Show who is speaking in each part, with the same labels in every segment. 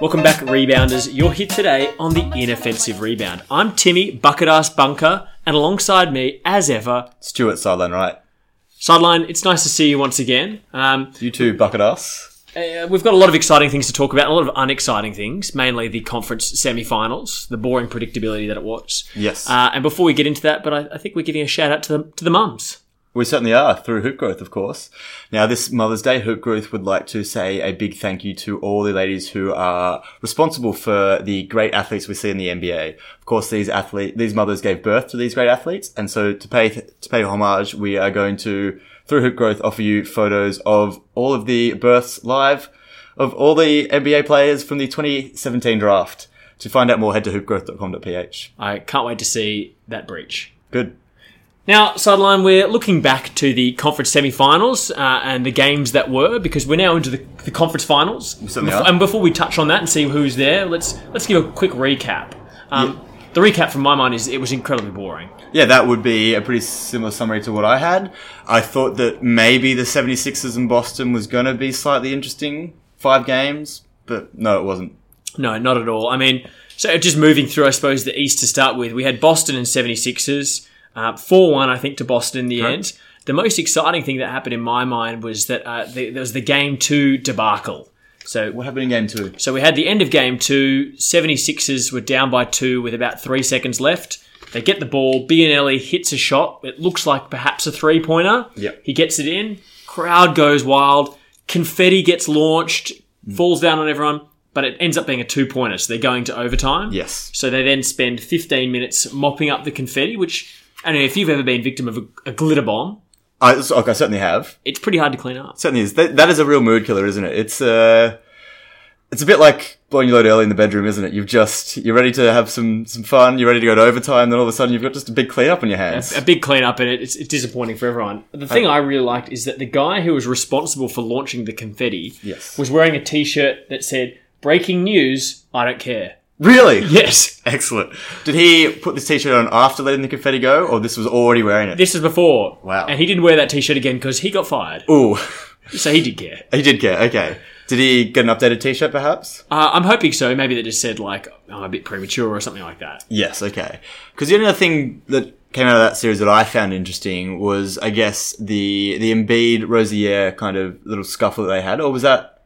Speaker 1: Welcome back, Rebounders. You're here today on the Inoffensive Rebound. I'm Timmy, bucket ass bunker, and alongside me, as ever,
Speaker 2: Stuart Sideline, right?
Speaker 1: Sideline, it's nice to see you once again. Um,
Speaker 2: You two bucket us.
Speaker 1: uh, we've got a lot of exciting things to talk about, a lot of unexciting things, mainly the conference semifinals, the boring predictability that it was.
Speaker 2: Yes.
Speaker 1: Uh, and before we get into that, but I, I think we're giving a shout out to the, to the mums.
Speaker 2: We certainly are through Hoop Growth, of course. Now, this Mother's Day, Hoop Growth would like to say a big thank you to all the ladies who are responsible for the great athletes we see in the NBA. Of course, these athlete, these mothers gave birth to these great athletes, and so to pay to pay homage, we are going to through Hoop Growth offer you photos of all of the births live of all the NBA players from the 2017 draft. To find out more, head to hoopgrowth.com.ph.
Speaker 1: I can't wait to see that breach.
Speaker 2: Good.
Speaker 1: Now, sideline, we're looking back to the conference semifinals uh, and the games that were, because we're now into the, the conference finals.
Speaker 2: certainly
Speaker 1: Bef-
Speaker 2: are.
Speaker 1: And before we touch on that and see who's there, let's let's give a quick recap. Um, The recap from my mind is it was incredibly boring.
Speaker 2: Yeah, that would be a pretty similar summary to what I had. I thought that maybe the 76ers in Boston was going to be slightly interesting, five games, but no, it wasn't.
Speaker 1: No, not at all. I mean, so just moving through, I suppose, the East to start with, we had Boston and 76ers, uh, 4 1, I think, to Boston in the end. The most exciting thing that happened in my mind was that uh, the, there was the game two debacle. So
Speaker 2: What happened in game two?
Speaker 1: So we had the end of game two. 76ers were down by two with about three seconds left. They get the ball. Bianelli hits a shot. It looks like perhaps a three pointer.
Speaker 2: Yep.
Speaker 1: He gets it in. Crowd goes wild. Confetti gets launched, falls down on everyone, but it ends up being a two pointer. So they're going to overtime.
Speaker 2: Yes.
Speaker 1: So they then spend 15 minutes mopping up the confetti, which, I don't know, if you've ever been victim of a, a glitter bomb,
Speaker 2: I, okay, I certainly have.
Speaker 1: it's pretty hard to clean up.
Speaker 2: Certainly is. That, that is a real mood killer, isn't it? It's, uh, it's a bit like blowing your load early in the bedroom, isn't it? You've just, you're ready to have some, some fun, you're ready to go to overtime, then all of a sudden you've got just a big cleanup on your hands.
Speaker 1: a big cleanup and it, it's, it's disappointing for everyone. The thing I, really liked is that the guy who was responsible for launching the confetti
Speaker 2: Yes.
Speaker 1: was wearing a t-shirt that said "Breaking news, I don't care."
Speaker 2: Really?
Speaker 1: Yes,
Speaker 2: Excellent. Did he put this t-shirt on after letting the confetti go, or this was already wearing it?
Speaker 1: this is before.
Speaker 2: Wow.
Speaker 1: And he didn't wear that t-shirt again because he got fired.
Speaker 2: Ooh.
Speaker 1: So he did care.
Speaker 2: He did care. Okay. Did he get an updated T-shirt, perhaps?
Speaker 1: Uh, I'm hoping so. Maybe they just said like I'm a bit premature or something like that.
Speaker 2: Yes. Okay. Because the only other thing that came out of that series that I found interesting was, I guess, the the Embiid Rosier kind of little scuffle that they had, or was that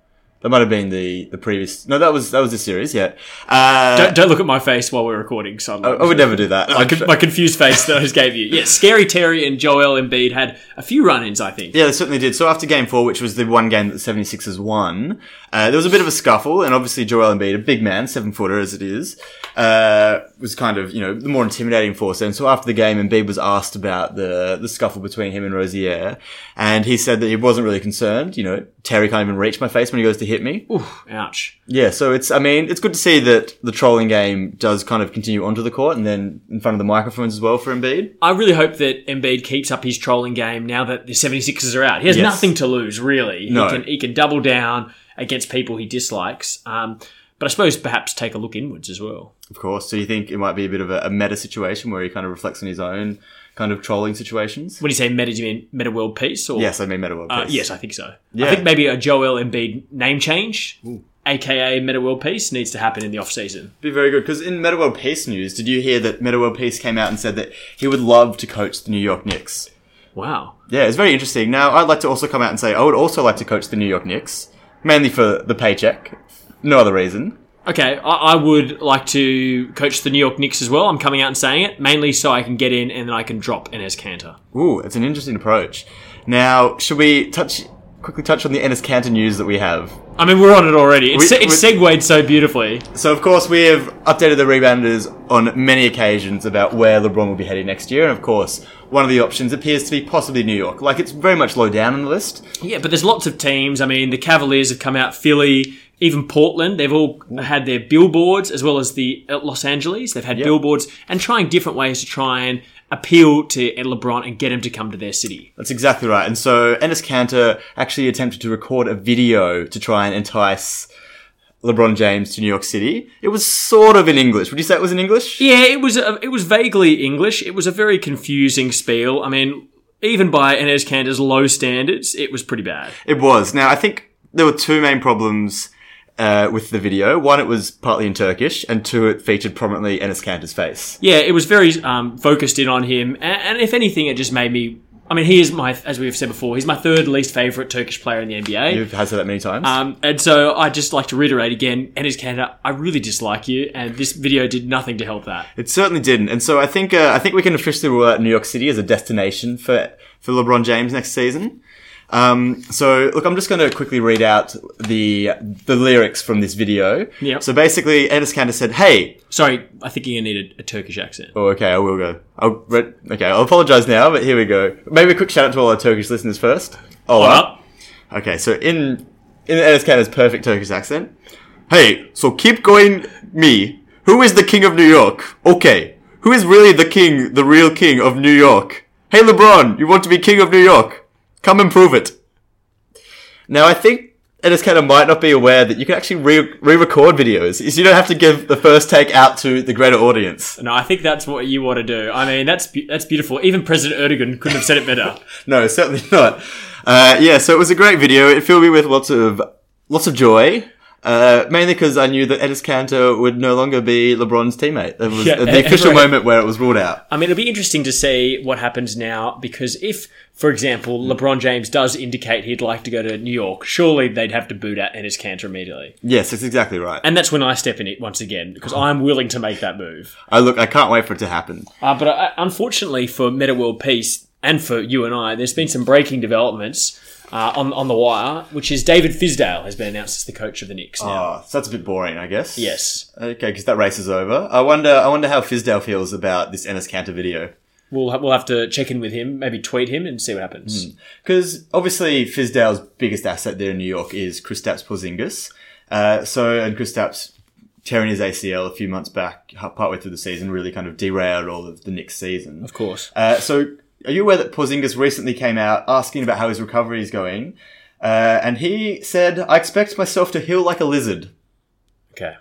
Speaker 2: that might have been the the previous? No, that was that was the series. Yeah. Oh, Uh,
Speaker 1: Don't, don't look at my face while we're recording. So I'm
Speaker 2: I would never do that.
Speaker 1: my, con- my confused face that I just gave you. Yes, Scary Terry and Joel Embiid had a few run-ins. I think.
Speaker 2: Yeah, they certainly did. So after game four, which was the one game that the 76ers won, uh, there was a bit of a scuffle, and obviously Joel Embiid, a big man, seven footer as it is, uh, was kind of, you know, the more intimidating force. And so after the game, Embiid was asked about the, the scuffle between him and Rosier, and he said that he wasn't really concerned, you know, Terry can't even reach my face when he goes to hit me.
Speaker 1: Oof, ouch.
Speaker 2: Yeah, so it's, I mean, it's good to see that the trolling game does kind of continue onto the court and then in front of the microphones as well for Embiid.
Speaker 1: I really hope that Embiid keeps up his trolling game now that the 76ers are out. He has
Speaker 2: Yes.
Speaker 1: nothing to lose, really.
Speaker 2: No.
Speaker 1: He, can, he can double down against people he dislikes. Um, but I suppose perhaps take a look inwards as well.
Speaker 2: Of course. So you think it might be a bit of a, a meta situation where he kind of reflects on his own kind of trolling situations?
Speaker 1: When you say meta, do you mean meta world peace? Or,
Speaker 2: Yes, I mean meta world.
Speaker 1: Uh,
Speaker 2: peace.
Speaker 1: yes, I think so. I
Speaker 2: Yeah.
Speaker 1: think maybe a Joel Embiid name change, aka meta world peace, needs to happen in the off season.
Speaker 2: be very good because in meta world peace news, did you hear that meta world peace came out and said that he would love to coach the New York Knicks?
Speaker 1: Wow.
Speaker 2: Yeah, it's very interesting. Now, I'd like to also come out and say I would also like to coach the New York Knicks, mainly for the paycheck, no other reason.
Speaker 1: Okay, I, I would like to coach the New York Knicks as well. I'm coming out and saying it, mainly so I can get in and then I can drop Enes Cantor.
Speaker 2: Ooh, it's an interesting approach. Now, should we touch quickly touch on the Ennis Cantor news that we have?
Speaker 1: I mean, we're on it already. It's,
Speaker 2: We-
Speaker 1: it's segued so beautifully.
Speaker 2: So, of course, we have updated the rebounders on many occasions about where LeBron will be heading next year. And, of course, one of the options appears to be possibly New York. Like, it's very much low down on the list.
Speaker 1: Yeah, but there's lots of teams. I mean, the Cavaliers have come out, Philly, even Portland. They've all had their billboards, as well as the uh, Los Angeles. They've had billboards and trying different ways to try and appeal to Ed LeBron and get him to come to their city.
Speaker 2: That's exactly right. And so, Ennis Cantor actually attempted to record a video to try and entice LeBron James to New York City. It was sort of in English. Would you say it was in English?
Speaker 1: Yeah, it was a, it was vaguely English. It was a very confusing spiel. I mean, even by Enes Kanter's low standards, it was pretty bad.
Speaker 2: It was. Now, I think there were two main problems uh, with the video. One, it was partly in Turkish, and two, it featured prominently Enes Kanter's face.
Speaker 1: Yeah, it was very um, focused in on him, and, and if anything, it just made me. I mean, he is my, as we've said before, he's my third least favorite Turkish player in the NBA.
Speaker 2: You've had said that many times.
Speaker 1: Um, and so I just like to reiterate again, Enes Kanter, I really dislike you, and this video did nothing to help that.
Speaker 2: It certainly didn't, and so I think uh, I think we can officially rule out New York City as a destination for for LeBron James next season. Um, so look, I'm just going to quickly read out the the lyrics from this video.
Speaker 1: Yep.
Speaker 2: So basically, Enes Kanter said, "Hey,
Speaker 1: Sorry, I think you needed a Turkish accent.
Speaker 2: Oh, okay, I will go. I'll re- okay, I'll apologize now, but here we go. Maybe a quick shout out to all our Turkish listeners first. Oh,
Speaker 1: Hold up.
Speaker 2: Okay, so in in Enes Kanter's perfect Turkish accent. Hey, so keep going, me. Who is the king of New York? Okay, who is really the king, the real king of New York? Hey, LeBron, you want to be king of New York? Come and prove it. Now, I think Enes Kanter might not be aware that you can actually re- re-record videos, so you don't have to give the first take out to the greater audience.
Speaker 1: No, I think that's what you want to do. I mean, that's bu- that's beautiful. Even President Erdogan couldn't have said it better.
Speaker 2: No, certainly not. Uh, yeah, so it was a great video. It filled me with lots of lots of joy. Uh, mainly because I knew that Edis Kanter would no longer be LeBron's teammate. It was
Speaker 1: Yeah, Uh,
Speaker 2: the official
Speaker 1: right.
Speaker 2: moment where it was ruled out.
Speaker 1: I mean, it'll be interesting to see what happens now because if, for example, LeBron James does indicate he'd like to go to New York, surely they'd have to boot out Ennis Cantor immediately.
Speaker 2: Yes, that's exactly right.
Speaker 1: And that's when I step in it once again because I'm willing to make that move.
Speaker 2: I look, I can't wait for it to happen.
Speaker 1: Uh, but uh, unfortunately for Meta World Peace and for you and I, there's been some breaking developments uh, on on the wire, which is David Fizdale has been announced as the coach of the Knicks now.
Speaker 2: Oh, so that's a bit boring, I guess.
Speaker 1: Yes.
Speaker 2: Okay, because that race is over. I wonder, I wonder how Fizdale feels about this Ennis Kanter video.
Speaker 1: We'll ha- we'll have to check in with him, maybe tweet him, and see what happens.
Speaker 2: Because obviously Fizdale's biggest asset there in New York is Kristaps Porzingis. Uh, so and Kristaps tearing his ACL a few months back, ha- partway through the season, really kind of derailed all of the next season.
Speaker 1: Of course.
Speaker 2: Uh, so are you aware that Porzingis recently came out asking about how his recovery is going? Uh, and he said, "I expect myself to heal like a lizard."
Speaker 1: Okay.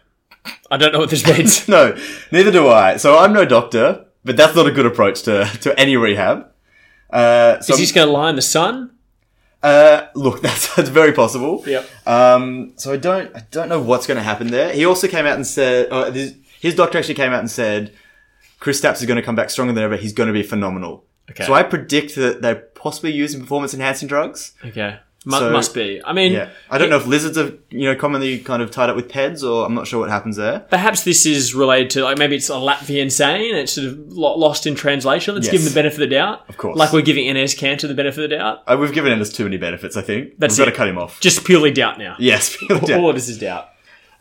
Speaker 1: I don't know what this means.
Speaker 2: No, neither do I. So I'm no doctor, but that's not a good approach to to any rehab. Uh, so
Speaker 1: is he just going to lie in the sun?
Speaker 2: uh, look, that's, that's very possible.
Speaker 1: Yep.
Speaker 2: Um, so I don't, I don't know what's going to happen there. He also came out and said, uh, this, his doctor actually came out and said, Chris Stapps is going to come back stronger than ever. He's going to be phenomenal.
Speaker 1: Okay.
Speaker 2: So I predict that they're possibly using performance enhancing drugs.
Speaker 1: Okay. Mu-
Speaker 2: So-
Speaker 1: must be. I mean,
Speaker 2: Yeah. I don't know if lizards are, you know, commonly kind of tied up with PEDs or I'm not sure what happens there.
Speaker 1: perhaps this is related to like maybe it's a Latvian saying. It's sort of lo- lost in translation. Let's
Speaker 2: Yes.
Speaker 1: give him the benefit of the doubt. Of
Speaker 2: course.
Speaker 1: Like we're giving NS Cantor the benefit of the doubt.
Speaker 2: Uh, we've given Ennis too many benefits, I think.
Speaker 1: That's
Speaker 2: we've
Speaker 1: it.
Speaker 2: got to cut him off.
Speaker 1: Just purely doubt now.
Speaker 2: Yes.
Speaker 1: All of this is doubt.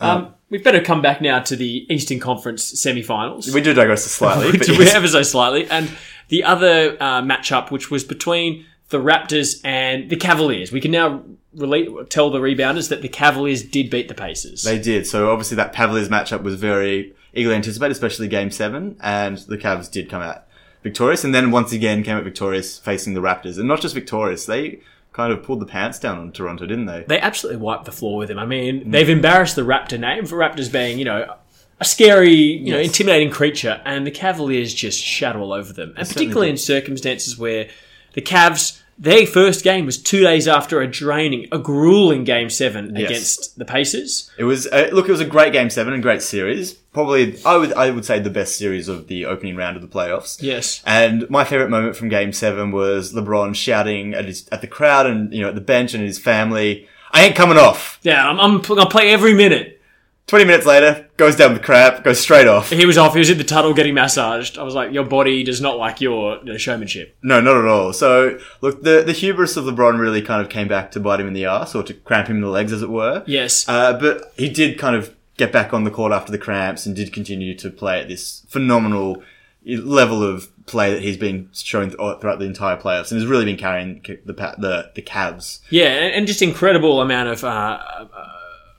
Speaker 1: Um, we'd better come back now to the Eastern Conference semi-finals.
Speaker 2: we do digress slightly. but
Speaker 1: Which we
Speaker 2: yes.
Speaker 1: ever so slightly. And the other uh, matchup, which was between the Raptors and the Cavaliers, we can now relate, tell the rebounders that the Cavaliers did beat the Pacers.
Speaker 2: They did. So obviously that Cavaliers matchup was very eagerly anticipated, especially Game Seven, and the Cavs did come out victorious, and then once again came out victorious facing the Raptors, and not just victorious, they kind of pulled the pants down on Toronto, didn't they?
Speaker 1: They absolutely wiped the floor with them. I mean,
Speaker 2: Mm.
Speaker 1: they've embarrassed the Raptor name for Raptors being, you know, a scary, you know,
Speaker 2: Yes.
Speaker 1: intimidating creature, and the Cavaliers just shat all over them. And particularly
Speaker 2: did.
Speaker 1: in circumstances where the Cavs, their first game was two days after a draining, a grueling game seven
Speaker 2: Yes.
Speaker 1: against the Pacers.
Speaker 2: It was uh, look, it was a great Game Seven and great series. Probably, I would I would say the best series of the opening round of the playoffs.
Speaker 1: Yes.
Speaker 2: And my favorite moment from Game Seven was LeBron shouting at his at the crowd and you know at the bench and his family, "I ain't coming off."
Speaker 1: Yeah, I'm, I'm going to play every minute.
Speaker 2: Twenty minutes later, goes down the crap, goes straight off.
Speaker 1: He was off. He was in the tunnel getting massaged. I was like, your body does not like your you know, showmanship.
Speaker 2: No, not at all. So, look, the, the hubris of LeBron really kind of came back to bite him in the ass or to cramp him in the legs, as it were.
Speaker 1: Yes.
Speaker 2: Uh, but he did kind of get back on the court after the cramps and did continue to play at this phenomenal level of play that he's been showing th- throughout the entire playoffs and has really been carrying c- the pa- the, the Cavs.
Speaker 1: yeah, and, and just incredible amount of uh, uh,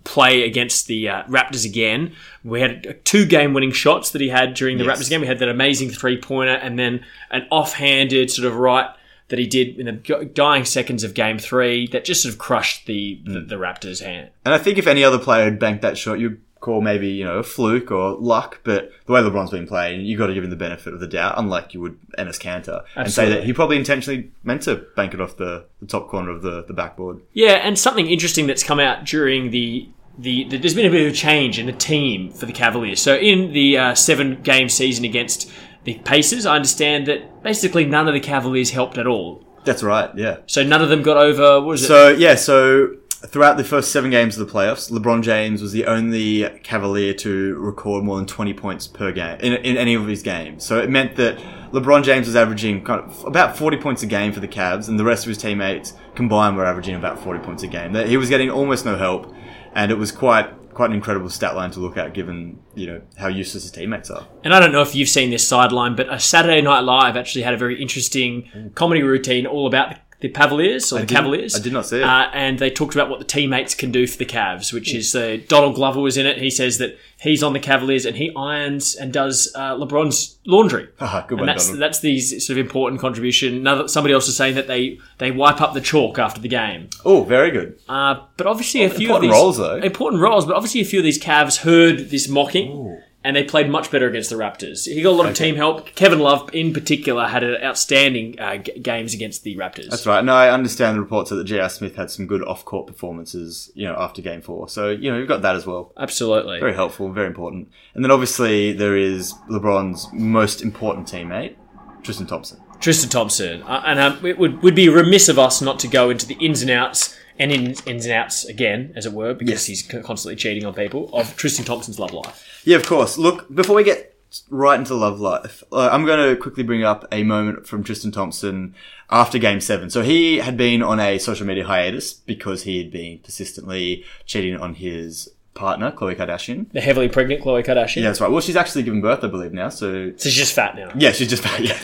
Speaker 1: play against the uh, Raptors again. We had two game winning shots that he had during the
Speaker 2: Yes.
Speaker 1: Raptors game. We had that amazing three pointer and then an offhanded sort of right that he did in the g- dying seconds of game three that just sort of crushed the, the, the Raptors' hand.
Speaker 2: And I think if any other player had banked that shot, you'd call maybe, you know, a fluke or luck, but the way LeBron's been playing, you've got to give him the benefit of the doubt, unlike you would Ennis Cantor, and say that
Speaker 1: Absolutely.
Speaker 2: he probably intentionally meant to bank it off the, the top corner of the, the backboard.
Speaker 1: Yeah, and something interesting that's come out during the the, the there's been a bit of a change in the team for the Cavaliers. So in the uh, seven game season against the Pacers, I understand that basically none of the Cavaliers helped at all.
Speaker 2: That's right. Yeah.
Speaker 1: So none of them got over. What was it?
Speaker 2: So yeah, so throughout the first seven games of the playoffs, LeBron James was the only Cavalier to record more than twenty points per game in, in any of his games. So it meant that LeBron James was averaging kind of about forty points a game for the Cavs, and the rest of his teammates combined were averaging about forty points a game. That- He was getting almost no help, and it was quite quite an incredible stat line to look at, given you know how useless his teammates are.
Speaker 1: And I don't know if you've seen this sideline, but a Saturday Night Live actually had a very interesting comedy routine all about the Cavaliers or the
Speaker 2: didn't-
Speaker 1: Cavaliers.
Speaker 2: I did not see it.
Speaker 1: Uh, and they talked about what the teammates can do for the Cavs, which is uh, Donald Glover was in it. He says that he's on the Cavaliers and he irons and does uh, LeBron's laundry.
Speaker 2: Ah, good
Speaker 1: And
Speaker 2: one,
Speaker 1: that's
Speaker 2: Donald.
Speaker 1: that's the sort of important contribution. Another, somebody else was saying that they, they wipe up the chalk after the game.
Speaker 2: Oh, very good.
Speaker 1: Uh, but obviously, a few
Speaker 2: important
Speaker 1: of these
Speaker 2: roles, though.
Speaker 1: important roles. But obviously, a few of these Cavs heard this mocking, and they played much better against the Raptors. He got a lot of team help. Kevin Love, in particular, had an outstanding uh, g- games against the Raptors.
Speaker 2: That's right. No, I understand the reports that J.R. Smith had some good off-court performances, you know, after Game Four. So you know, you've got that as well.
Speaker 1: Absolutely.
Speaker 2: Very helpful, very important. And then obviously there is LeBron's most important teammate, Tristan Thompson.
Speaker 1: Tristan Thompson, uh, and um, it would would be remiss of us not to go into the ins and outs and in, ins and outs again, as it were, because he's co- constantly cheating on people of Tristan Thompson's love life.
Speaker 2: Yeah, of course. Look, before we get right into love life, uh, I'm going to quickly bring up a moment from Tristan Thompson after Game Seven. So he had been on a social media hiatus because he had been persistently cheating on his partner, Khloe Kardashian.
Speaker 1: The heavily pregnant Khloe Kardashian.
Speaker 2: Yeah, that's right. Well, she's actually given birth, I believe, now. So
Speaker 1: So she's just fat now.
Speaker 2: Yeah, she's just back. Yeah.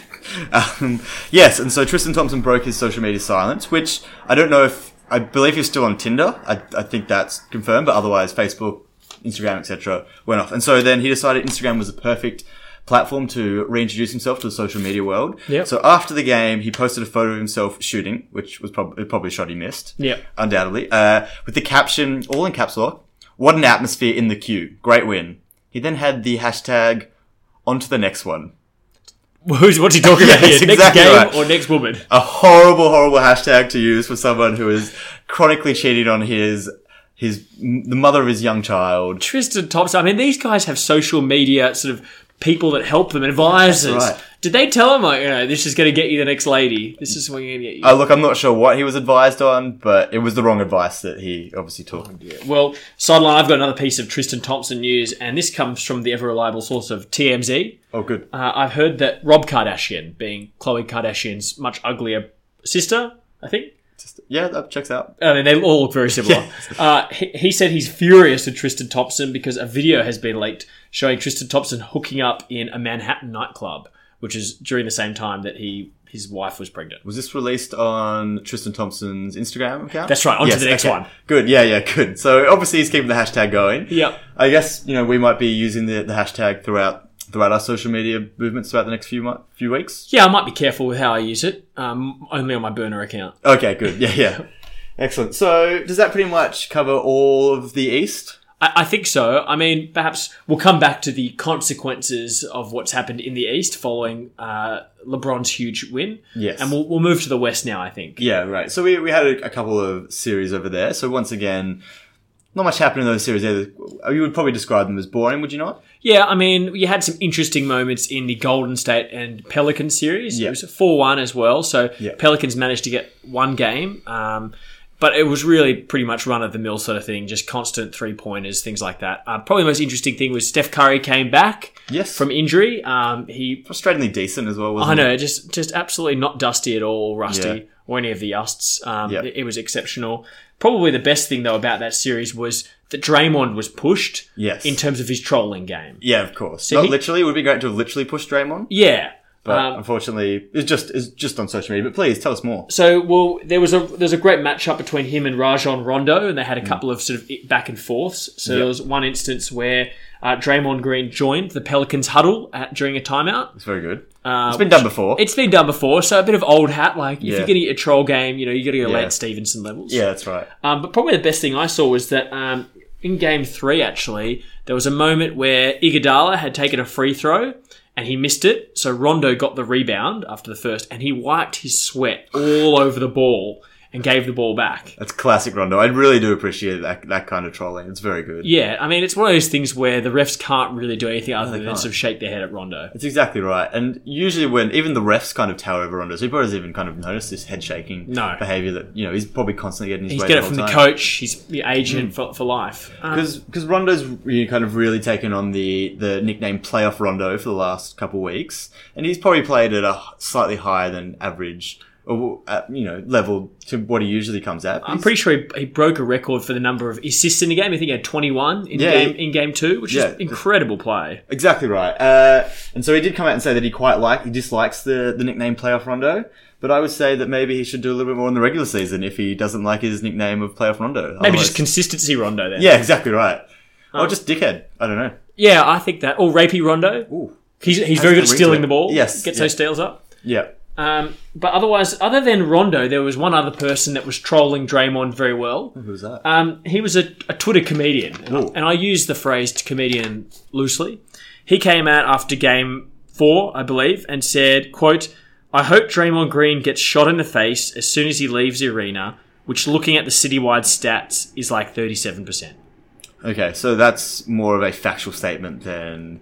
Speaker 2: Um, yes, and so Tristan Thompson broke his social media silence, which I don't know if I believe he's still on Tinder. I, I think that's confirmed, but otherwise Facebook, Instagram, etc. went off, and so then he decided Instagram was the perfect platform to reintroduce himself to the social media world.
Speaker 1: Yep.
Speaker 2: So after the game, he posted a photo of himself shooting, which was probably probably a shot he missed.
Speaker 1: Yep.
Speaker 2: undoubtedly. Uh, with the caption all in caps lock. What an atmosphere in the queue. Great win. He then had the hashtag on to the next one.
Speaker 1: Who's what's he talking about
Speaker 2: Yes,
Speaker 1: here? next
Speaker 2: exactly
Speaker 1: game
Speaker 2: right.
Speaker 1: or next woman?
Speaker 2: a horrible, horrible hashtag to use for someone who is chronically cheating on his his the mother of his young child.
Speaker 1: Tristan Thompson. I mean, these guys have social media sort of people that help them, advisors.
Speaker 2: That's right.
Speaker 1: Did they tell him, like, you know, this is going to get you the next lady? This is what you're going to get you.
Speaker 2: Uh, look, I'm not sure what he was advised on, but it was the wrong advice that he obviously took.
Speaker 1: well, sideline, I've got another piece of Tristan Thompson news, and this comes from the ever reliable source of TMZ.
Speaker 2: Oh, good.
Speaker 1: Uh, I've heard that Rob Kardashian, being Khloe Kardashian's much uglier sister, I think,
Speaker 2: Yeah, that checks out.
Speaker 1: I mean, they all look very similar. Uh, he, he said he's furious with Tristan Thompson because a video has been leaked showing Tristan Thompson hooking up in a Manhattan nightclub, which is during the same time that he his wife was pregnant.
Speaker 2: Was this released on Tristan Thompson's Instagram account?
Speaker 1: That's right, onto the next one.
Speaker 2: Good. Yeah, yeah, good. So obviously he's keeping the hashtag going.
Speaker 1: Yep.
Speaker 2: I guess you know we might be using the, the hashtag throughout throughout our social media movements throughout the next few mo- few weeks.
Speaker 1: Yeah, I might be careful with how I use it. Um, only on my burner account.
Speaker 2: Okay, good. Yeah, yeah. Excellent. So, does that pretty much cover all of the East?
Speaker 1: I, I think so. I mean, perhaps we'll come back to the consequences of what's happened in the East following uh, LeBron's huge win.
Speaker 2: Yes.
Speaker 1: And we'll, we'll move to the West now, I think.
Speaker 2: Yeah, right. So, we, we had a, a couple of series over there. So, once again, not much happened in those series either. You would probably describe them as boring, would you not?
Speaker 1: Yeah, I mean, you had some interesting moments in the Golden State and Pelican series.
Speaker 2: Yeah.
Speaker 1: It was 4 1 as well. So
Speaker 2: Yeah.
Speaker 1: Pelicans managed to get one game. Um, but it was really pretty much run of the mill sort of thing, just constant three pointers, things like that. Uh, probably the most interesting thing was Steph Curry came back
Speaker 2: Yes.
Speaker 1: from injury. Um, he,
Speaker 2: frustratingly decent as well, wasn't
Speaker 1: I
Speaker 2: it?
Speaker 1: know, just just absolutely not dusty at all, rusty,
Speaker 2: Yeah.
Speaker 1: or any of the yusts. Um,
Speaker 2: Yeah.
Speaker 1: it, it was exceptional. Probably the best thing, though, about that series was that Draymond was pushed
Speaker 2: Yes.
Speaker 1: in terms of his trolling game.
Speaker 2: yeah, of course. not
Speaker 1: he-
Speaker 2: literally. It would be great to have literally pushed Draymond,
Speaker 1: Yeah.
Speaker 2: but
Speaker 1: Um,
Speaker 2: unfortunately, it's just it's just on social media. But please tell us more.
Speaker 1: So, well, there was a there's a great matchup between him and Rajon Rondo, and they
Speaker 2: Hmm.
Speaker 1: had a couple of sort of i- back and forths. So there was one instance where uh, Draymond Green joined the Pelicans huddle at, during a timeout.
Speaker 2: It's very good. it's been done before.
Speaker 1: It's been done before, so a bit of old hat. Like if
Speaker 2: Yeah.
Speaker 1: you're going to get a troll game, you know you're going to go
Speaker 2: Yeah.
Speaker 1: Lance Stevenson levels.
Speaker 2: yeah, that's right.
Speaker 1: Um, but probably the best thing I saw was that um, in game three, actually, there was a moment where Iguodala had taken a free throw and he missed it. So Rondo got the rebound after the first and he wiped his sweat all over the ball. and gave the ball back.
Speaker 2: That's classic Rondo. I really do appreciate that that kind of trolling. It's very good.
Speaker 1: Yeah, I mean, it's one of those things where the refs can't really do anything other
Speaker 2: they
Speaker 1: than
Speaker 2: can't.
Speaker 1: sort of shake their head at Rondo.
Speaker 2: It's exactly right. And usually when even the refs kind of tower over Rondo, Zubair has even kind of noticed this head shaking
Speaker 1: No.
Speaker 2: behavior that, you know, he's probably constantly getting his
Speaker 1: He's
Speaker 2: way
Speaker 1: got
Speaker 2: the
Speaker 1: it
Speaker 2: whole
Speaker 1: from the
Speaker 2: time. Mm.
Speaker 1: coach. He's the agent for, for life. Um,
Speaker 2: because Rondo's you know, kind of really taken on the the nickname playoff Rondo for the last couple weeks, and he's probably played at a slightly higher than average, or uh, you know, level to what he usually comes at.
Speaker 1: I'm pretty sure he, he broke a record for the number of assists in the game. I think he had 21 in
Speaker 2: Yeah,
Speaker 1: game
Speaker 2: he-
Speaker 1: in game two, which
Speaker 2: Yeah.
Speaker 1: is incredible play.
Speaker 2: Exactly right. Uh, and so he did come out and say that he quite like he dislikes the the nickname playoff Rondo. But I would say that maybe he should do a little bit more in the regular season if he doesn't like his nickname of playoff Rondo.
Speaker 1: Maybe
Speaker 2: Otherwise-
Speaker 1: just Oh. consistency, Rondo. Then,
Speaker 2: yeah, exactly right. or just dickhead. I don't know.
Speaker 1: Yeah, I think that. Or rapey Rondo.
Speaker 2: Ooh.
Speaker 1: He's, he's very
Speaker 2: the
Speaker 1: good at
Speaker 2: ring to
Speaker 1: stealing
Speaker 2: it.
Speaker 1: the ball.
Speaker 2: Yes,
Speaker 1: gets
Speaker 2: yeah.
Speaker 1: those steals up.
Speaker 2: Yeah.
Speaker 1: Um, but otherwise, other than Rondo, there was one other person that was trolling Draymond very well.
Speaker 2: Who's that?
Speaker 1: Um, he was a, a Twitter comedian, and I,
Speaker 2: Mm-hmm. Ooh.
Speaker 1: and I use the phrase comedian loosely. He came out after game four, I believe, and said, quote, I hope Draymond Green gets shot in the face as soon as he leaves the arena, which looking at the citywide stats is like 37%.
Speaker 2: Okay, so that's more of a factual statement than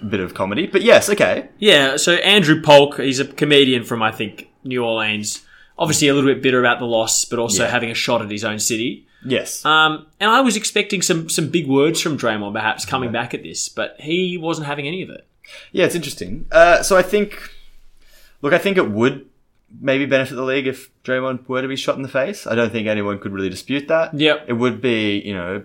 Speaker 2: a bit of comedy. But yes, okay.
Speaker 1: Yeah, so Andrew Polk, he's a comedian from, I think, New Orleans. Obviously a little bit bitter about the loss, but also
Speaker 2: Yeah.
Speaker 1: having a shot at his own city.
Speaker 2: Yes.
Speaker 1: Um, and I was expecting some some big words from Draymond, perhaps coming back at this, but he wasn't having any of it.
Speaker 2: Yeah, it's interesting. Uh, so I think, look, I think it would maybe benefit the league if Draymond were to be shot in the face. I don't think anyone could really dispute that.
Speaker 1: Yep.
Speaker 2: It would be, you know,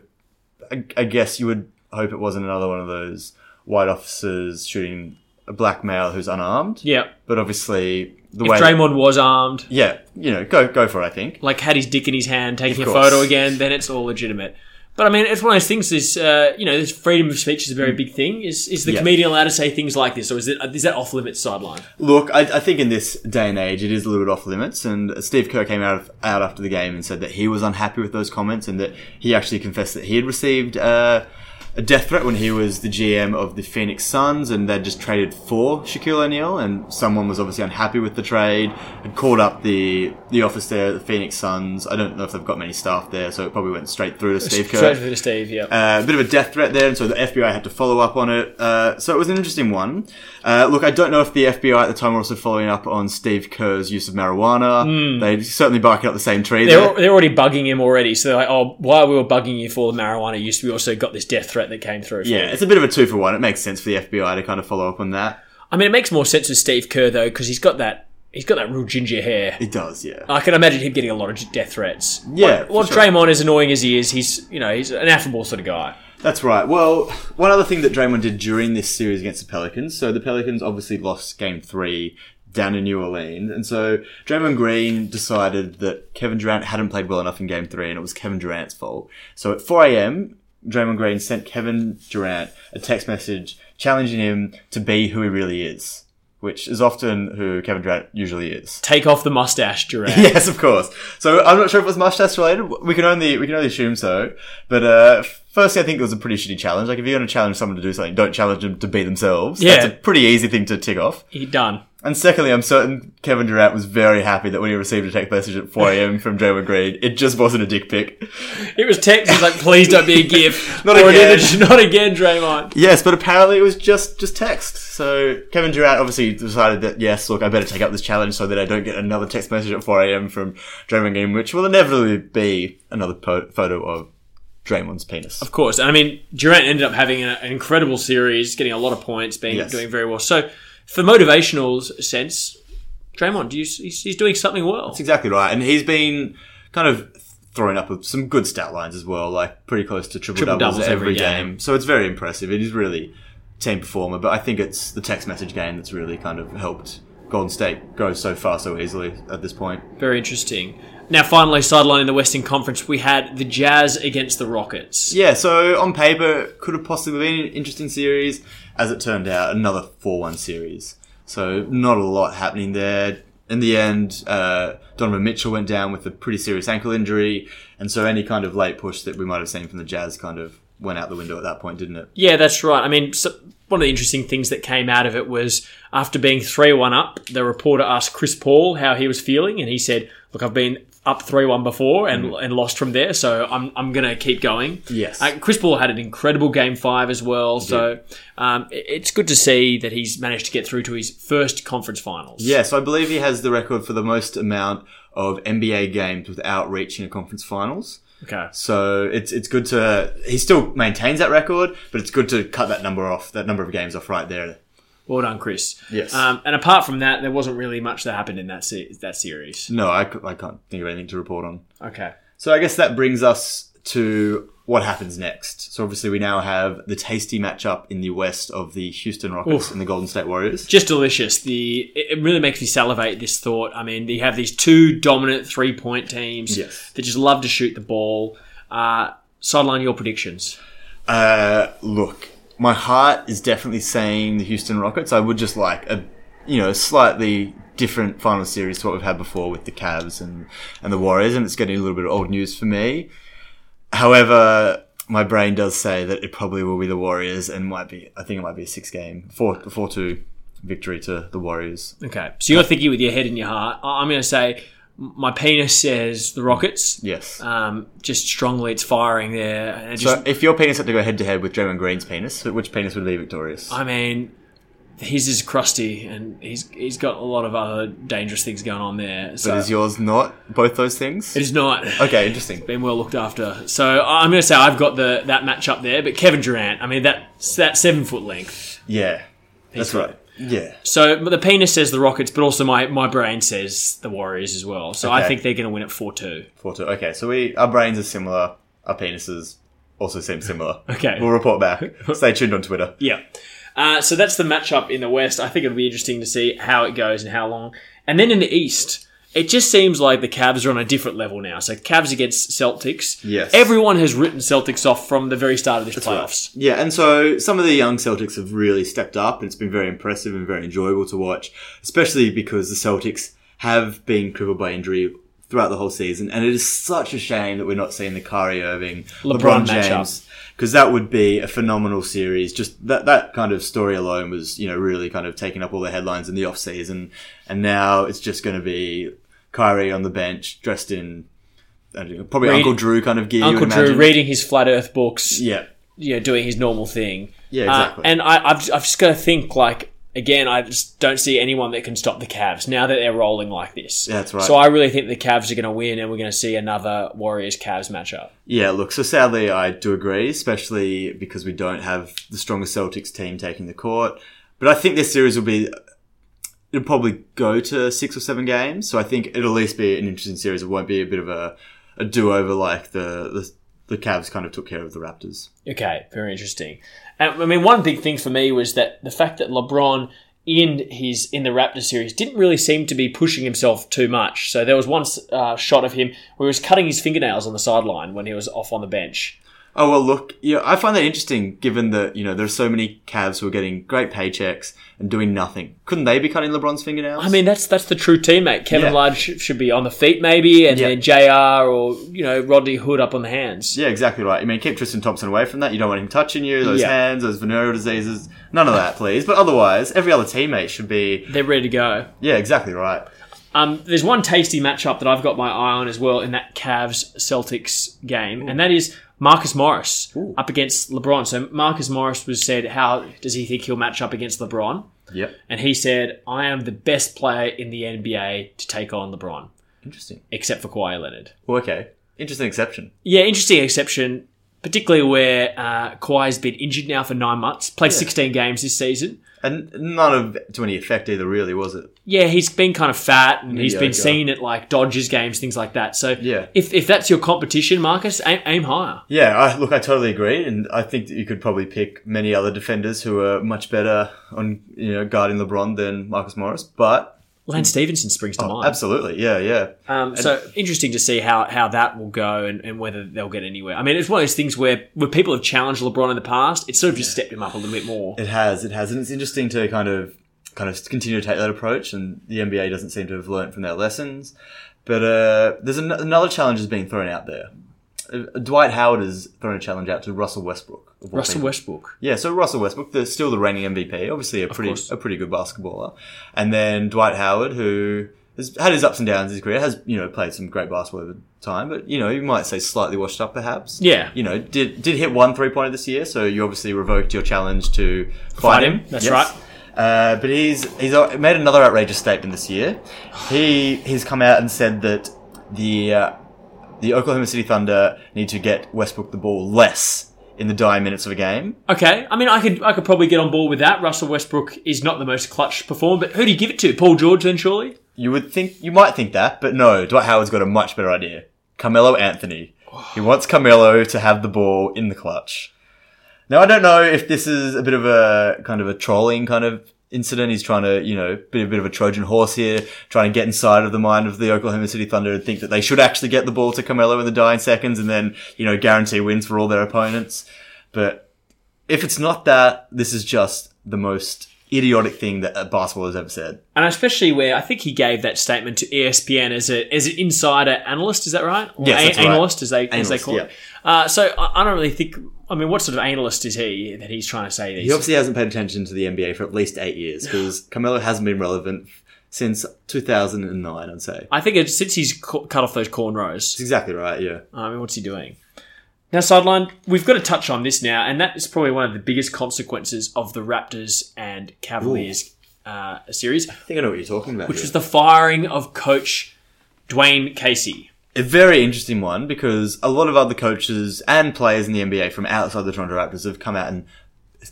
Speaker 2: I, I guess you would hope it wasn't another one of those white officers shooting a black male who's unarmed.
Speaker 1: Yeah,
Speaker 2: But obviously, the
Speaker 1: if
Speaker 2: way.
Speaker 1: Draymond was armed,
Speaker 2: yeah, you know, go go for it. I think.
Speaker 1: like had his dick in his hand, taking a
Speaker 2: Of course.
Speaker 1: photo again, then it's all legitimate. But I mean, it's one of those things. Is uh, you know, this freedom of speech is a very big thing. Is is the
Speaker 2: Mm. Yeah.
Speaker 1: comedian allowed to say things like this, or is it is that off limits sideline?
Speaker 2: Look, I, I think in this day and age, it is a little bit off limits. And Steve Kerr came out of, out after the game and said that he was unhappy with those comments, and that he actually confessed that he had received uh, a death threat when he was the GM of the Phoenix Suns, and they'd just traded for Shaquille O'Neal, and someone was obviously unhappy with the trade, had called up the the office there, at the Phoenix Suns. I don't know if they've got many staff there, so it probably went straight through to Steve Kerr
Speaker 1: Straight to Steve. Yeah.
Speaker 2: uh, a bit of a death threat there, and so the FBI had to follow up on it. Uh, so it was an interesting one. Uh, look, I don't know if the FBI at the time were also following up on Steve Kerr's use of marijuana. They certainly barking up the same tree
Speaker 1: they're,
Speaker 2: there.
Speaker 1: al- they're already bugging him already, so they're like, oh, while we were bugging you for the marijuana use, we also got this death threat that came through. for you."
Speaker 2: yeah, it's a bit of a two for one. It makes sense for the FBI to kind of follow up on that.
Speaker 1: I mean, it makes more sense with Steve Kerr though, because he's got that he's got that real ginger hair.
Speaker 2: It does, yeah.
Speaker 1: I can imagine him getting a lot of death threats.
Speaker 2: Yeah,
Speaker 1: What, what
Speaker 2: for sure.
Speaker 1: Draymond, as annoying as he is, he's you know he's an affable sort of guy.
Speaker 2: That's right. Well, one other thing that Draymond did during this series against the Pelicans. So the Pelicans obviously lost game three down in New Orleans. And so Draymond Green decided that Kevin Durant hadn't played well enough in game three and it was Kevin Durant's fault. So at 4 a.m., Draymond Green sent Kevin Durant a text message challenging him to be who he really is, which is often who Kevin Durant usually is.
Speaker 1: Take off the mustache, Durant.
Speaker 2: Yes, of course. So I'm not sure if it was mustache related. We can only we can only assume so. But uh, firstly, I think it was a pretty shitty challenge. Like if you're going to challenge someone to do something, don't challenge them to be themselves.
Speaker 1: Yeah.
Speaker 2: that's a pretty easy thing to tick off.
Speaker 1: He done.
Speaker 2: And secondly, I'm certain Kevin Durant was very happy that when he received a text message at 4 a.m. from Draymond Green, it just wasn't a dick pic.
Speaker 1: It was text. He's like, please don't be a gif.
Speaker 2: Not
Speaker 1: Or an
Speaker 2: again.
Speaker 1: image. Not again, Draymond.
Speaker 2: Yes, but apparently it was just just text. So Kevin Durant obviously decided that yes, look, I better take up this challenge so that I don't get another text message at 4 a.m. from Draymond Green, which will inevitably be another po- photo of Draymond's penis.
Speaker 1: Of course. And I mean, Durant ended up having an, an incredible series, getting a lot of points, being
Speaker 2: Yes.
Speaker 1: doing very well. So, for motivational s- sense, Draymond, you, he's, he's doing something well.
Speaker 2: That's exactly right, and he's been kind of throwing up with some good stat lines as well, like pretty close to triple, doubles,
Speaker 1: doubles every
Speaker 2: every
Speaker 1: game.
Speaker 2: game. So it's very impressive. It is really team performer, but I think it's the text message game that's really kind of helped Golden State go so far so easily at this point.
Speaker 1: Very interesting. Now, finally, sideline in the Western Conference, we had the Jazz against the Rockets.
Speaker 2: Yeah, so on paper, could have possibly been an interesting series. As it turned out, another 4 1 series. So, not a lot happening there. In the end, uh, Donovan Mitchell went down with a pretty serious ankle injury, and so any kind of late push that we might have seen from the Jazz kind of went out the window at that point, didn't it?
Speaker 1: Yeah, that's right. I mean, so one of the interesting things that came out of it was after being 3 1 up, the reporter asked Chris Paul how he was feeling, and he said, Look, I've been up 3 1 before and, and lost from there, so I'm, I'm going to keep going.
Speaker 2: Mm. Yes.
Speaker 1: Uh, Chris Paul had an incredible game five as well, so um, it- it's good to see that he's managed to get through to his first conference finals.
Speaker 2: Yeah, so I believe he has the record for the most amount of NBA games without reaching a conference finals.
Speaker 1: Okay.
Speaker 2: So it's it's good to he still maintains that record, but it's good to cut that number off, that number of games off right there.
Speaker 1: Well done, Chris.
Speaker 2: Yes.
Speaker 1: Um, and apart from that, there wasn't really much that happened in that se- that series.
Speaker 2: No, I, c- I can't think of anything to report on.
Speaker 1: Okay.
Speaker 2: So I guess that brings us to what happens next. So obviously we now have the tasty matchup in the West of the Houston Rockets and the Golden State Warriors.
Speaker 1: Just delicious. The it it really makes me salivate. This thought. I mean, you have these two dominant three point teams
Speaker 2: Yes.
Speaker 1: that just love to shoot the ball. Uh, sideline your predictions.
Speaker 2: Uh, look, my heart is definitely saying the Houston Rockets. I would just like a, you know, slightly different final series to what we've had before with the Cavs and and the Warriors, and it's getting a little bit of old news for me. However, my brain does say that it probably will be the Warriors, and might be. I think it might be a six game four four two victory to the Warriors.
Speaker 1: Okay. So you're thinking with your head and your heart. I- I'm going to say m- my penis says the Rockets.
Speaker 2: Yes.
Speaker 1: Um, just strongly, it's firing there. And it just,
Speaker 2: so if your penis had to go head to head with Draymond Green's penis, which penis would be victorious?
Speaker 1: I mean, his is crusty, and he's he's got a lot of other dangerous things going on there. So
Speaker 2: but is yours not both those things?
Speaker 1: it is not.
Speaker 2: Okay, interesting.
Speaker 1: been well looked after. So I'm going to say I've got the that match up there, but Kevin Durant, I mean that that seven foot length.
Speaker 2: Yeah. That's
Speaker 1: Peaceful.
Speaker 2: right. Yeah.
Speaker 1: So but the penis says the Rockets, but also my my brain says the Warriors as well. So I
Speaker 2: Okay.
Speaker 1: think they're going to win it four two.
Speaker 2: Four two. Okay, so we our brains are similar. Our penises also seem similar.
Speaker 1: Okay.
Speaker 2: We'll report back. Stay tuned on Twitter.
Speaker 1: Yeah. Uh, so that's the matchup in the West. I think it'll be interesting to see how it goes and how long. And then in the East, it just seems like the Cavs are on a different level now. So Cavs against Celtics.
Speaker 2: Yes.
Speaker 1: Everyone has written Celtics off from the very start of this playoffs.
Speaker 2: Yeah, and so some of the young Celtics have really stepped up, and it's been very impressive and very enjoyable to watch, especially because the Celtics have been crippled by injury throughout the whole season, and it is such a shame that we're not seeing the Kyrie Irving,
Speaker 1: LeBron
Speaker 2: LeBron,
Speaker 1: matchup.
Speaker 2: James, because that would be a phenomenal series. Just that that kind of story alone was, you know, really kind of taking up all the headlines in the off season, and now it's just going to be Kyrie on the bench, dressed in. I don't know, Probably
Speaker 1: Read-
Speaker 2: Uncle Drew kind of gear. you
Speaker 1: Uncle
Speaker 2: would
Speaker 1: Drew
Speaker 2: imagine.
Speaker 1: reading his flat Earth books.
Speaker 2: Yeah.
Speaker 1: you know, doing his normal thing.
Speaker 2: Yeah,
Speaker 1: Uh,
Speaker 2: exactly.
Speaker 1: and I, I've, I've just got to think, like, again, I just don't see anyone that can stop the Cavs now that they're rolling like this.
Speaker 2: Yeah, that's right.
Speaker 1: So I really think the Cavs are going to win and we're going to see another Warriors Cavs matchup.
Speaker 2: Yeah, look, so sadly I do agree, especially because we don't have the strongest Celtics team taking the court. But I think this series will be, it'll probably go to six or seven games. So I think it'll at least be an interesting series. It won't be a bit of a, a do-over like the, the, the Cavs kind of took care of the Raptors.
Speaker 1: Okay, very interesting. And, I mean, one big thing for me was that the fact that LeBron in his in the Raptor series didn't really seem to be pushing himself too much. So there was one uh, shot of him where he was cutting his fingernails on the sideline when he was off on the bench.
Speaker 2: Oh, well, look, yeah, I find that interesting given that, you know, there are so many Cavs who are getting great paychecks and doing nothing. Couldn't they be cutting LeBron's fingernails?
Speaker 1: I mean, that's that's the true teammate. Kevin
Speaker 2: Yeah.
Speaker 1: Love should, should be on the feet maybe, and
Speaker 2: Yeah.
Speaker 1: then Jr. or you know Rodney Hood up on the hands.
Speaker 2: Yeah, exactly right. I mean, keep Tristan Thompson away from that. You don't want him touching you, those
Speaker 1: Yeah.
Speaker 2: hands, those venereal diseases. None of that, please. But otherwise, every other teammate should be.
Speaker 1: They're ready to go.
Speaker 2: Yeah, exactly right.
Speaker 1: Um, there's one tasty matchup that I've got my eye on as well in that Cavs Celtics game, and that is Marcus Morris up against LeBron. So Marcus Morris was said, how does he think he'll match up against LeBron?
Speaker 2: Yep.
Speaker 1: And he said, I am the best player in the NBA to take on LeBron,
Speaker 2: Interesting.
Speaker 1: except for Kawhi Leonard.
Speaker 2: Well, okay. Interesting exception.
Speaker 1: Yeah, interesting exception, particularly where uh, Kawhi's been injured now for nine months, played 16 games this season.
Speaker 2: And none of to any effect either, really, was it?
Speaker 1: Yeah, he's been kind of fat and he's
Speaker 2: Yeah,
Speaker 1: been
Speaker 2: yeah.
Speaker 1: seen at like Dodgers games, things like that. So
Speaker 2: Yeah.
Speaker 1: if, if that's your competition, Marcus, aim, aim higher.
Speaker 2: Yeah, I, look, I totally agree, and I think that you could probably pick many other defenders who are much better on you know guarding LeBron than Marcus Morris. But
Speaker 1: Lane Stevenson springs to mind.
Speaker 2: absolutely, yeah, yeah,
Speaker 1: Um, so interesting to see how, how that will go and, and whether they'll get anywhere. I mean, it's one of those things where where people have challenged LeBron in the past, it's sort of just stepped him up a little bit more.
Speaker 2: It has, it has, and it's interesting to kind of kind of continue to take that approach. And the NBA doesn't seem to have learnt from their lessons. But uh, there's an- another challenge is being thrown out there, Dwight Howard has thrown a challenge out to Russell Westbrook. of all
Speaker 1: Russell
Speaker 2: people.
Speaker 1: Westbrook.
Speaker 2: Yeah, so Russell Westbrook, the, still the reigning MVP, obviously a pretty
Speaker 1: course.
Speaker 2: a pretty good basketballer, and then Dwight Howard, who has had his ups and downs in his career, has you know played some great basketball over time, but you know you might say slightly washed up perhaps.
Speaker 1: Yeah.
Speaker 2: you know did did hit one three pointer this year, so you obviously revoked your challenge to fight,
Speaker 1: him, that's right.
Speaker 2: Uh, but he's he's made another outrageous statement this year. He he's come out and said that the uh, the Oklahoma City Thunder need to get Westbrook the ball less in the dying minutes of a game.
Speaker 1: Okay, I mean, I could I could probably get on board with that. Russell Westbrook is not the most clutch performer, but who do you give it to? Paul George, then surely.
Speaker 2: You would think you might think that, but no. Dwight Howard's got a much better idea. Carmelo Anthony. He wants Carmelo to have the ball in the clutch. Now I don't know if this is a bit of a kind of a trolling kind of incident. He's trying to you know be a bit of a Trojan horse here, trying to get inside of the mind of the Oklahoma City Thunder and think that they should actually get the ball to Carmelo in the dying seconds and then you know guarantee wins for all their opponents. But if it's not that, this is just the most idiotic thing that a basketball has ever said.
Speaker 1: And especially where I think he gave that statement to E ESPN as a as an insider analyst, is that right? Or
Speaker 2: Yes, that's right.
Speaker 1: analyst as they as they
Speaker 2: Analyst,
Speaker 1: call it. Uh, so I, I don't really think. I mean, what sort of analyst is he that he's trying to say
Speaker 2: He
Speaker 1: these?
Speaker 2: obviously hasn't paid attention to the NBA for at least eight years because Carmelo hasn't been relevant since 2009, I'd say.
Speaker 1: I think it, since he's cu- cut off those cornrows,
Speaker 2: That's exactly right, yeah.
Speaker 1: I mean, what's he doing? Now, sideline, we've got to touch on this now, and that is probably one of the biggest consequences of the Raptors and Cavaliers uh, series,
Speaker 2: I think I know what you're talking about.
Speaker 1: which
Speaker 2: here.
Speaker 1: was the firing of coach Dwayne Casey.
Speaker 2: a very interesting one because a lot of other coaches and players in the NBA from outside the Toronto Raptors have come out and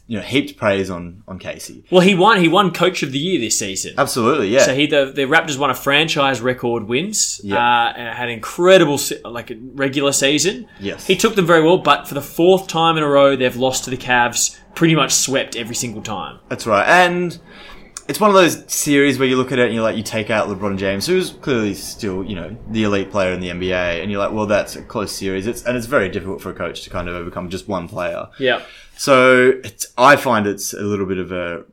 Speaker 2: you know heaped praise on on Casey.
Speaker 1: Well, he won. He won Coach of the Year this season.
Speaker 2: Absolutely, yeah.
Speaker 1: So he the, the Raptors won a franchise record wins.
Speaker 2: Yeah.
Speaker 1: Uh, and had incredible se- like a regular season.
Speaker 2: Yes.
Speaker 1: He took them very well, but for the fourth time in a row, they've lost to the Cavs. Pretty much swept every single time.
Speaker 2: That's right. And it's one of those series where you look at it and you're like, you take out LeBron James, who's clearly still, you know, the elite player in the NBA, and you're like, well, that's a close series. It's, and it's very difficult for a coach to kind of overcome just one player.
Speaker 1: Yeah.
Speaker 2: So it's, I find it's a little bit of a,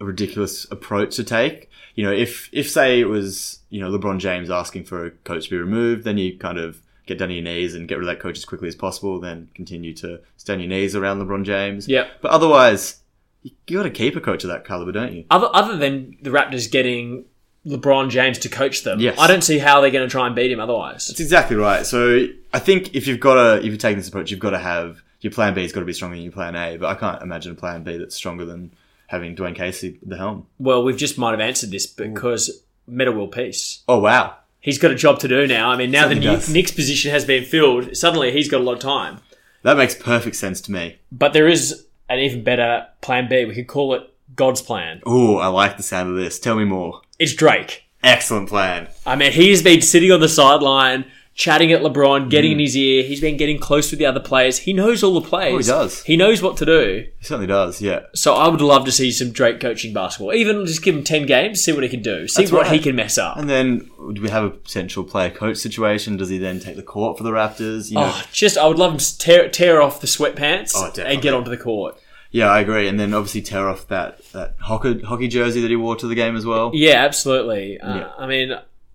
Speaker 2: a ridiculous approach to take. You know, if if say it was you know LeBron James asking for a coach to be removed, then you kind of get down on your knees and get rid of that coach as quickly as possible. Then continue to stand your knees around LeBron James.
Speaker 1: Yep.
Speaker 2: But otherwise, you, you got to keep a coach of that caliber, don't you?
Speaker 1: Other other than the Raptors getting LeBron James to coach them,
Speaker 2: Yes.
Speaker 1: I don't see how they're going to try and beat him otherwise.
Speaker 2: That's exactly right. So I think if you've got to if you're taking this approach, you've got to have your plan B's got to be stronger than your plan A. But I can't imagine a plan B that's stronger than having Dwayne Casey at the helm.
Speaker 1: Well, we've just might have answered this because Meta will peace.
Speaker 2: Oh wow.
Speaker 1: He's got a job to do now. I mean, now
Speaker 2: Certainly
Speaker 1: the
Speaker 2: does.
Speaker 1: Knicks Knicks position has been filled. Suddenly, he's got a lot of time.
Speaker 2: That makes perfect sense to me.
Speaker 1: But there is an even better plan B. We could call it God's plan.
Speaker 2: Ooh, I like the sound of this. Tell me more.
Speaker 1: It's Drake.
Speaker 2: Excellent plan.
Speaker 1: I mean, he's been sitting on the sideline, chatting at LeBron, getting
Speaker 2: Mm.
Speaker 1: in his ear. He's been getting close with the other players. He knows all the plays.
Speaker 2: Oh, he does.
Speaker 1: He knows what to do.
Speaker 2: He certainly does, yeah.
Speaker 1: So I would love to see some Drake coaching basketball. Even just give him 10 games, see what he can do, see
Speaker 2: That's
Speaker 1: what
Speaker 2: right.
Speaker 1: he can mess up.
Speaker 2: And then do we have a potential player coach situation? Does he then take the court for the Raptors? You know,
Speaker 1: Oh, just I would love him to tear, tear off the sweatpants
Speaker 2: Oh,
Speaker 1: and
Speaker 2: definitely.
Speaker 1: get onto the court.
Speaker 2: Yeah, I agree. And then obviously tear off that, that hockey, hockey jersey that he wore to the game as well.
Speaker 1: Yeah, absolutely. Uh,
Speaker 2: Yeah.
Speaker 1: I mean,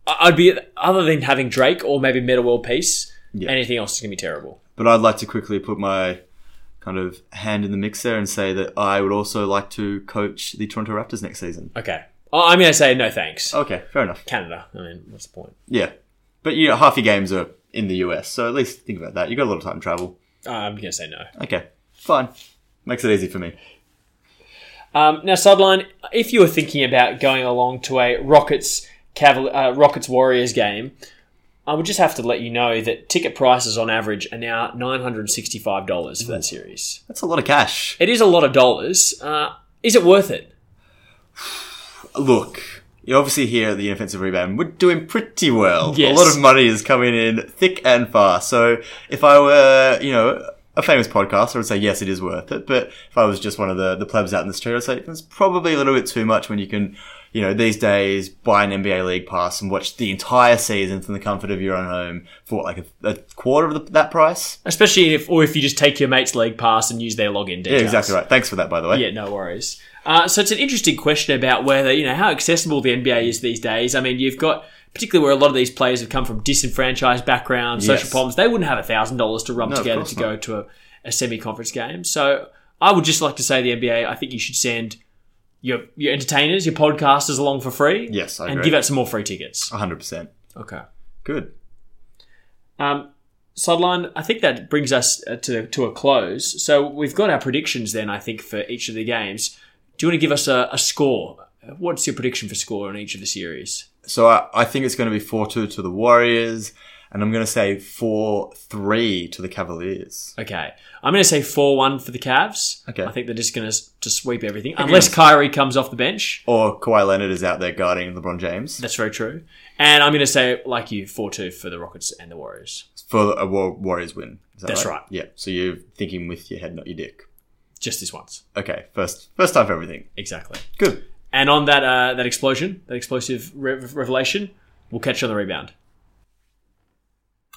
Speaker 1: I- I'd be other than having Drake or maybe Meta World Peace.
Speaker 2: Yeah.
Speaker 1: Anything else is gonna be terrible.
Speaker 2: But I'd like to quickly put my kind of hand in the mix there and say that I would also like to coach the Toronto Raptors next season.
Speaker 1: Okay, I- I'm gonna say no thanks.
Speaker 2: Okay, fair enough.
Speaker 1: Canada. I mean, what's the point?
Speaker 2: Yeah. But you know, half your games are in the US, so at least think about that. You've got a lot of time to travel.
Speaker 1: Uh, I'm gonna say no.
Speaker 2: Okay, fine. Makes it easy for me.
Speaker 1: Um, now, sideline. If you were thinking about going along to a Rockets Caval- uh, Rockets Warriors game, I would just have to let you know that ticket prices on average are now nine hundred sixty-five dollars for that series.
Speaker 2: That's a lot of cash.
Speaker 1: It is a lot of dollars. Uh, is it worth it?
Speaker 2: look, you're obviously here at the offensive rebound. We're doing pretty well.
Speaker 1: Yes.
Speaker 2: A lot of money is coming in thick and fast. So if I were, you know, a famous podcaster, I would say yes, it is worth it. But if I was just one of the, the plebs out in the street, I'd say it's probably a little bit too much when you can, you know, these days buy an NBA league pass and watch the entire season from the comfort of your own home for what, like a, a quarter of the, that price.
Speaker 1: Especially if, or if you just take your mate's leg pass and use their login details.
Speaker 2: Yeah, exactly right. Thanks for that, by the way.
Speaker 1: Yeah, no worries. Uh, so it's an interesting question about whether you know how accessible the NBA is these days. I mean, you've got particularly where a lot of these players have come from disenfranchised backgrounds, social
Speaker 2: Yes.
Speaker 1: problems, they wouldn't have thousand dollars to rub
Speaker 2: No, of
Speaker 1: together
Speaker 2: course
Speaker 1: to go to a, a semi-conference game. So I would just like to say the NBA. I think you should send your your entertainers, your podcasters along for free.
Speaker 2: Yes, I
Speaker 1: and
Speaker 2: agree. Uh,
Speaker 1: give out some more free tickets.
Speaker 2: 100%.
Speaker 1: Okay.
Speaker 2: Good.
Speaker 1: Um, sideline. I think that brings us uh, to to a close. So we've got our predictions then. I think for each of the games. Do you want to give us a, a score? What's your prediction for score on each of the series?
Speaker 2: So I, I think it's going to be 4 2 to the Warriors, and I'm going to say 4 3 to the Cavaliers.
Speaker 1: Okay. I'm going to say 4 1 for the Cavs.
Speaker 2: Okay.
Speaker 1: I think they're just going to to sweep everything. Unless Kyrie comes off the bench.
Speaker 2: Or Kawhi Leonard is out there guarding LeBron James
Speaker 1: That's very true. And I'm going to say, like you, 4 2 for the Rockets and the Warriors.
Speaker 2: for a War- Warriors win. Is that
Speaker 1: That's right.
Speaker 2: Yeah. So you're thinking with your head, not your dick.
Speaker 1: Just this once.
Speaker 2: Okay. First, first time for everything.
Speaker 1: Exactly.
Speaker 2: Good.
Speaker 1: And on that uh, that explosion, that explosive re- revelation, we'll catch you on the rebound.